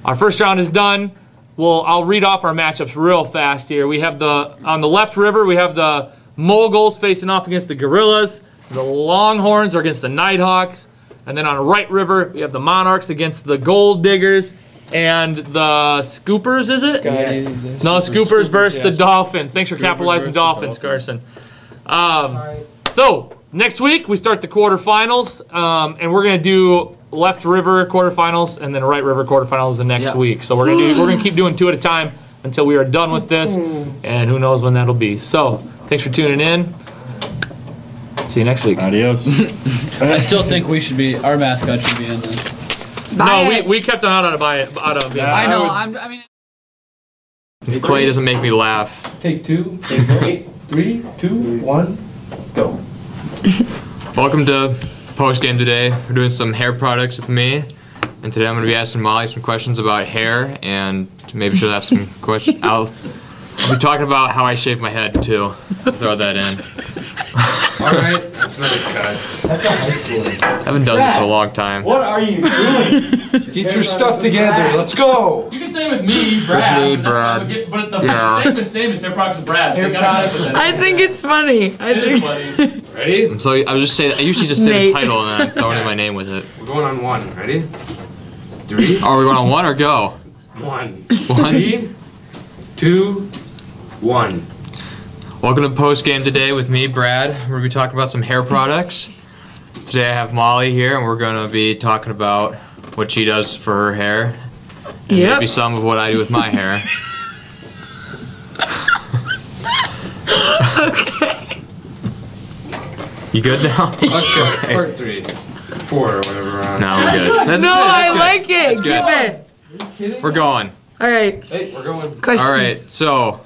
S1: our first round is done. We'll I'll read off our matchups real fast here. We have the on the left river. We have the Moguls facing off against the Gorillas. The Longhorns are against the Nighthawks. And then on the right river, we have the Monarchs against the Gold Diggers and the Scoopers. Is it?
S8: Yes.
S1: No, Scoopers versus
S8: yeah.
S1: the Dolphins. Thanks for
S8: Scoopers
S1: capitalizing
S8: versus the
S1: Dolphins, Carson. Um, so next week we start the quarterfinals, um, and we're gonna do left river quarterfinals and then right river quarterfinals the next
S8: Yeah.
S1: week. So we're gonna do, we're gonna keep doing two at a time until we are done with this, and who knows when that'll be. So thanks for tuning in. See you next week.
S9: Adios.
S11: I still think we should be. Our mascot should be in this.
S1: No, Oh, we,
S11: Bias.
S1: we kept on out of buy out of. being-
S11: I know. I'm, I mean,
S13: If Clay doesn't make me laugh.
S15: Take two, take three, three, two, one.
S13: Welcome to post game today. We're doing some hair products with me, and today I'm going to be asking Molly some questions about hair, and maybe she'll have
S11: <laughs>
S13: some questions. I'll, I'll be talking about how I shave my head too. Throw that in.
S1: All right.
S13: <laughs> That's another cut. I haven't done this in a long time.
S15: What are you doing?
S8: Get your stuff together. Let's go.
S1: You can say with me,
S13: With me,
S1: Brad.
S13: Brad.
S1: But the
S13: Yeah.
S1: segment's name is Hair Products with Brad. so you gotta mess with it.
S4: I think it's funny. I think.
S1: Ready?
S13: I'm so I was just saying I usually just say
S4: Nate.
S13: the title and then I'm throwing in my name with it.
S2: We're going on one. Ready?
S13: Three. <laughs> Are we going on one or go?
S2: One.
S13: One.
S2: Three, two, one.
S13: Welcome to post game today with me, Brad. We're gonna be talking about some hair products. today I have Molly here, and we're going to be talking about what she does for her hair. And
S16: Yep.
S13: Maybe some of what I do with my hair. You good
S2: <laughs>
S13: now?
S17: Okay. Part three. Four or whatever.
S2: uh,
S13: No, we're good.
S2: <laughs>
S4: no,
S13: That's good,
S4: I
S13: that's good.
S4: like it.
S13: That's
S4: Keep
S13: good.
S4: it.
S13: We're going.
S4: All right.
S17: Hey, we're going.
S4: Questions.
S13: All right, so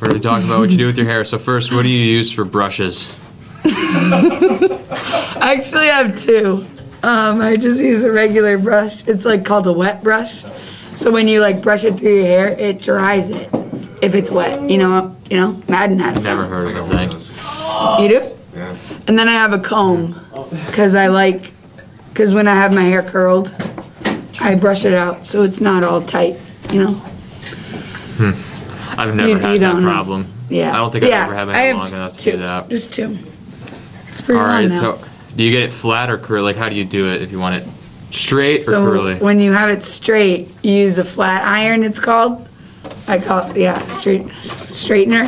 S13: we're going to talk about what you do with your hair. So first, what do you use for brushes?
S4: I actually have two. Um, I just use a regular brush. It's like called a wet brush. So when you like brush it through your hair, it dries it if it's wet. You know, you know, madness.
S13: Never heard of a thing.
S4: You do?
S13: Yeah.
S4: And then I have a comb because I like, because when I have my hair curled, I brush it out so it's not all tight, you know?
S13: Hmm. I've never
S4: You-
S13: had
S4: you
S13: that
S4: don't know.
S13: problem.
S4: Yeah.
S13: I don't think I've
S4: Yeah,
S13: ever had my
S4: I
S13: hair
S4: have
S13: long enough to do that.
S4: Just two. It's
S13: All
S4: pretty long
S13: right,
S4: now.
S13: so do you get it flat or curly? Like, how do you do it if you want it straight
S4: So
S13: or curly?
S4: when you have it straight, you use a flat iron. It's called. I call it, yeah straight straightener,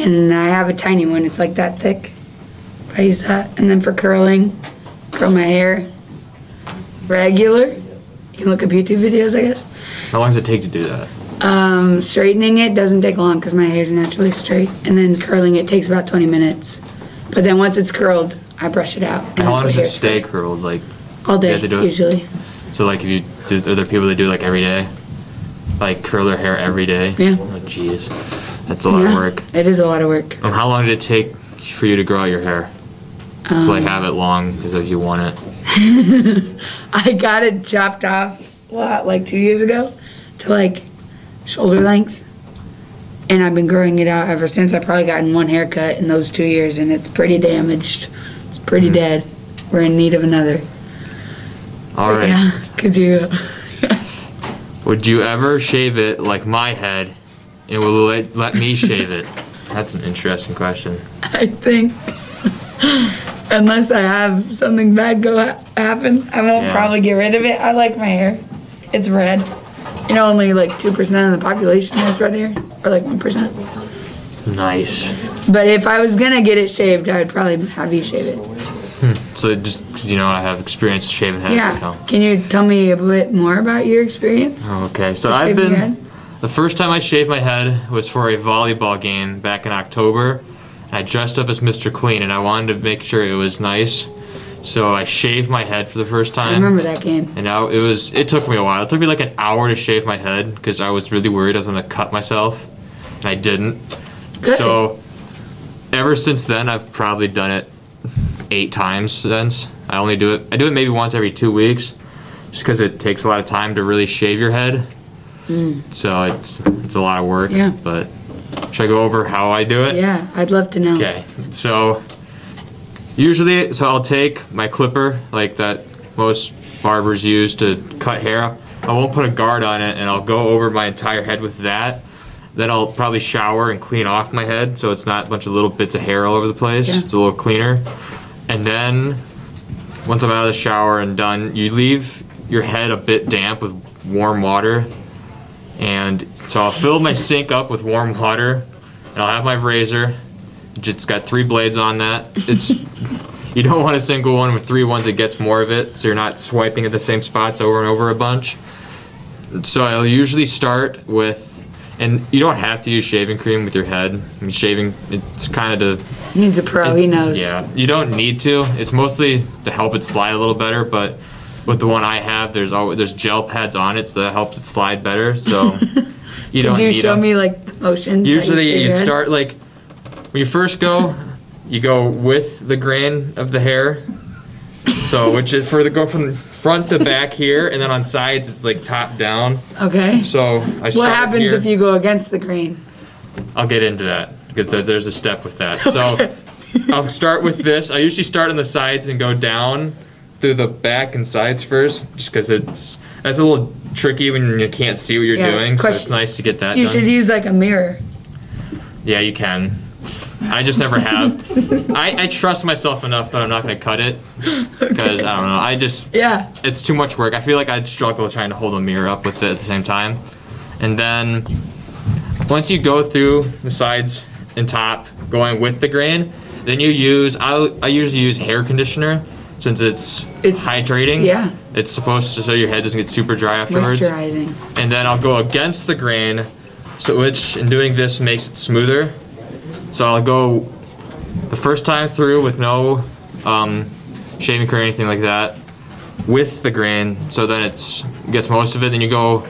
S4: and I have a tiny one. It's like that thick. I use that, and then for curling, curl my hair. Regular. You can look up YouTube videos, I guess.
S13: How long does it take to do that?
S4: Um, straightening it doesn't take long because my hair is naturally straight, and then curling it takes about 20 minutes. But then once it's curled, I brush it out. and
S13: How
S4: I
S13: long
S4: put
S13: does it
S4: hair-
S13: stay curled? Like
S4: All
S13: you
S4: day,
S13: have to do it?
S4: usually.
S13: So like, if you do, are there people that do like every day, like curl their hair every day?
S4: Yeah.
S13: Oh, jeez, that's a lot of
S4: Yeah,
S13: work.
S4: It is a lot of work.
S13: Um, how long did it take for you to grow out your hair?
S4: Um,
S13: like have it long as if you want it.
S4: I got it chopped off, what, like two years ago, to like shoulder length. And I've been growing it out ever since. I've probably gotten one haircut in those two years, and it's pretty damaged. It's
S13: Mm-hmm.
S4: pretty dead. We're in need of another.
S13: All right.
S4: Yeah. Could you? <laughs>
S13: Would you ever shave it like my head, and will it let, let me shave it? That's an interesting question.
S4: I think, <laughs> unless I have something bad go ha- happen, I won't
S13: Yeah.
S4: probably get rid of it. I like my hair. It's red. You know, only like 2% of the population has red hair, or like 1%.
S13: Nice.
S4: But if I was gonna get it shaved, I would probably have you shave it.
S13: So just because you know I have experience shaving heads.
S4: Yeah.
S13: So.
S4: Can you tell me a bit more about your experience?
S13: Okay, so
S4: with
S13: I've
S4: shaving
S13: been.
S4: your head?
S13: The first time I shaved my head was for a volleyball game back in October. I dressed up as Mr. Clean and I wanted to make sure it was nice. So I shaved my head for the first
S4: I
S13: time.
S4: remember that game.
S13: And now it was it took me a while. It took me like an hour to shave my head because I was really worried I was gonna cut myself, and I didn't.
S4: Good.
S13: So ever since then, I've probably done it eight times since. I only do it I do it maybe once every two weeks, just because it takes a lot of time to really shave your head.
S4: Mm.
S13: So it's it's a lot of work.
S4: Yeah.
S13: But should I go over how I do it?
S4: Yeah, I'd love to know.
S13: Okay, so usually, so I'll take my clipper, like that most barbers use to cut hair. I won't put a guard on it, and I'll go over my entire head with that. Then I'll probably shower and clean off my head, so it's not a bunch of little bits of hair all over the place.
S11: Yeah.
S13: It's a little cleaner. And then, once I'm out of the shower and done, you leave your head a bit damp with warm water, and so I'll fill my sink up with warm water, and I'll have my razor. It's got three blades on that. It's <laughs> you don't want a single one with three ones. It gets more of it, so you're not swiping at the same spots over and over a bunch. So I'll usually start with, and you don't have to use shaving cream with your head. I mean, shaving it's kind of to
S4: He's a pro. Oh, He knows.
S13: yeah, you don't need to. It's mostly to help it slide a little better, but with the one I have, there's always there's gel pads on it, so that helps it slide better.
S4: <laughs>
S13: So you don't
S4: Could you
S13: need
S4: show
S13: 'em.
S4: me like the motions? that
S13: Usually,
S4: shave
S13: you
S4: your head?
S13: start like when you first go, you go with the grain of the hair. So, which is for the go from front to back here, and then on sides it's like top down.
S4: Okay.
S13: So I start
S4: What happens
S13: here.
S4: if you go against the grain?
S13: I'll get into that because there- there's a step with that. So I'll start with this. I usually start on the sides and go down through the back and sides first, just because it's that's a little tricky when you can't see what you're
S4: Yeah,
S13: doing. So it's
S4: question-
S13: nice to get that.
S4: you
S13: done.
S4: should use like a mirror.
S13: Yeah, you can. I just never
S4: <laughs>
S13: have. I, I trust myself enough that I'm not going to cut it because I don't know. I just
S4: Yeah.
S13: it's too much work. I feel like I'd struggle trying to hold a mirror up with it at the same time. And then once you go through the sides and top, going with the grain, Then you use I, I usually use hair conditioner since it's,
S4: it's
S13: hydrating.
S4: yeah.
S13: It's supposed to so your head doesn't get super dry afterwards.
S4: Moisturizing.
S13: And then I'll go against the grain, so which in doing this makes it smoother. So I'll go the first time through with no um, shaving cream or anything like that with the grain. So then it's gets most of it. Then you go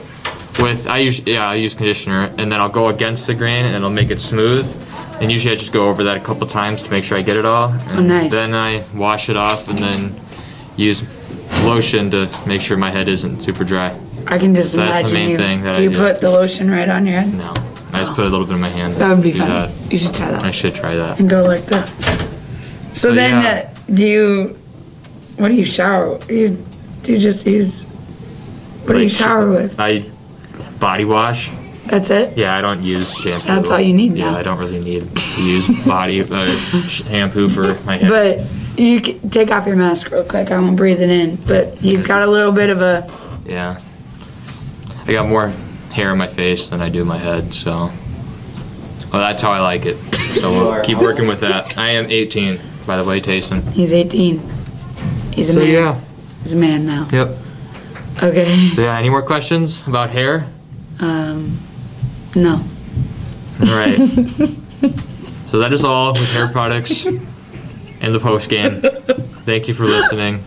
S13: with I use yeah I use conditioner and then I'll go against the grain and it'll make it smooth. And usually I just go over that a couple times to make sure I get it all. And
S4: nice.
S13: Then I wash it off and then use lotion to make sure my head isn't super dry.
S4: I can just
S13: That's the
S4: imagine
S13: main
S4: you.
S13: thing that
S4: do
S13: I
S4: you
S13: do.
S4: put the lotion right on your head?
S13: No. I just put a little bit in my hand.
S4: That would be
S13: Do
S4: fun.
S13: that.
S4: You should try that.
S13: I should try that.
S4: And go like that. So,
S13: So,
S4: then,
S13: yeah.
S4: uh, do you? What do you shower? You do you just use? What do you
S13: Like,
S4: shower with?
S13: I body wash.
S4: That's it.
S13: Yeah, I don't use shampoo.
S4: That's all you need
S13: Yeah,
S4: now.
S13: I don't really need to use body uh, shampoo for my head.
S4: But you c- take off your mask real quick. I won't breathe it in. But he's got a little bit of a.
S13: yeah, I got more hair on my face than I do my head, so well, that's how I like it. So we'll keep working with that. I am 18, by the way, Tayson.
S4: He's 18. He's a
S13: So,
S4: man.
S13: yeah.
S4: He's a man now.
S13: Yep.
S4: Okay. <laughs>
S13: So yeah, any more questions about hair?
S4: Um, no.
S13: All right. so that is all with hair products and the post game. Thank you for listening.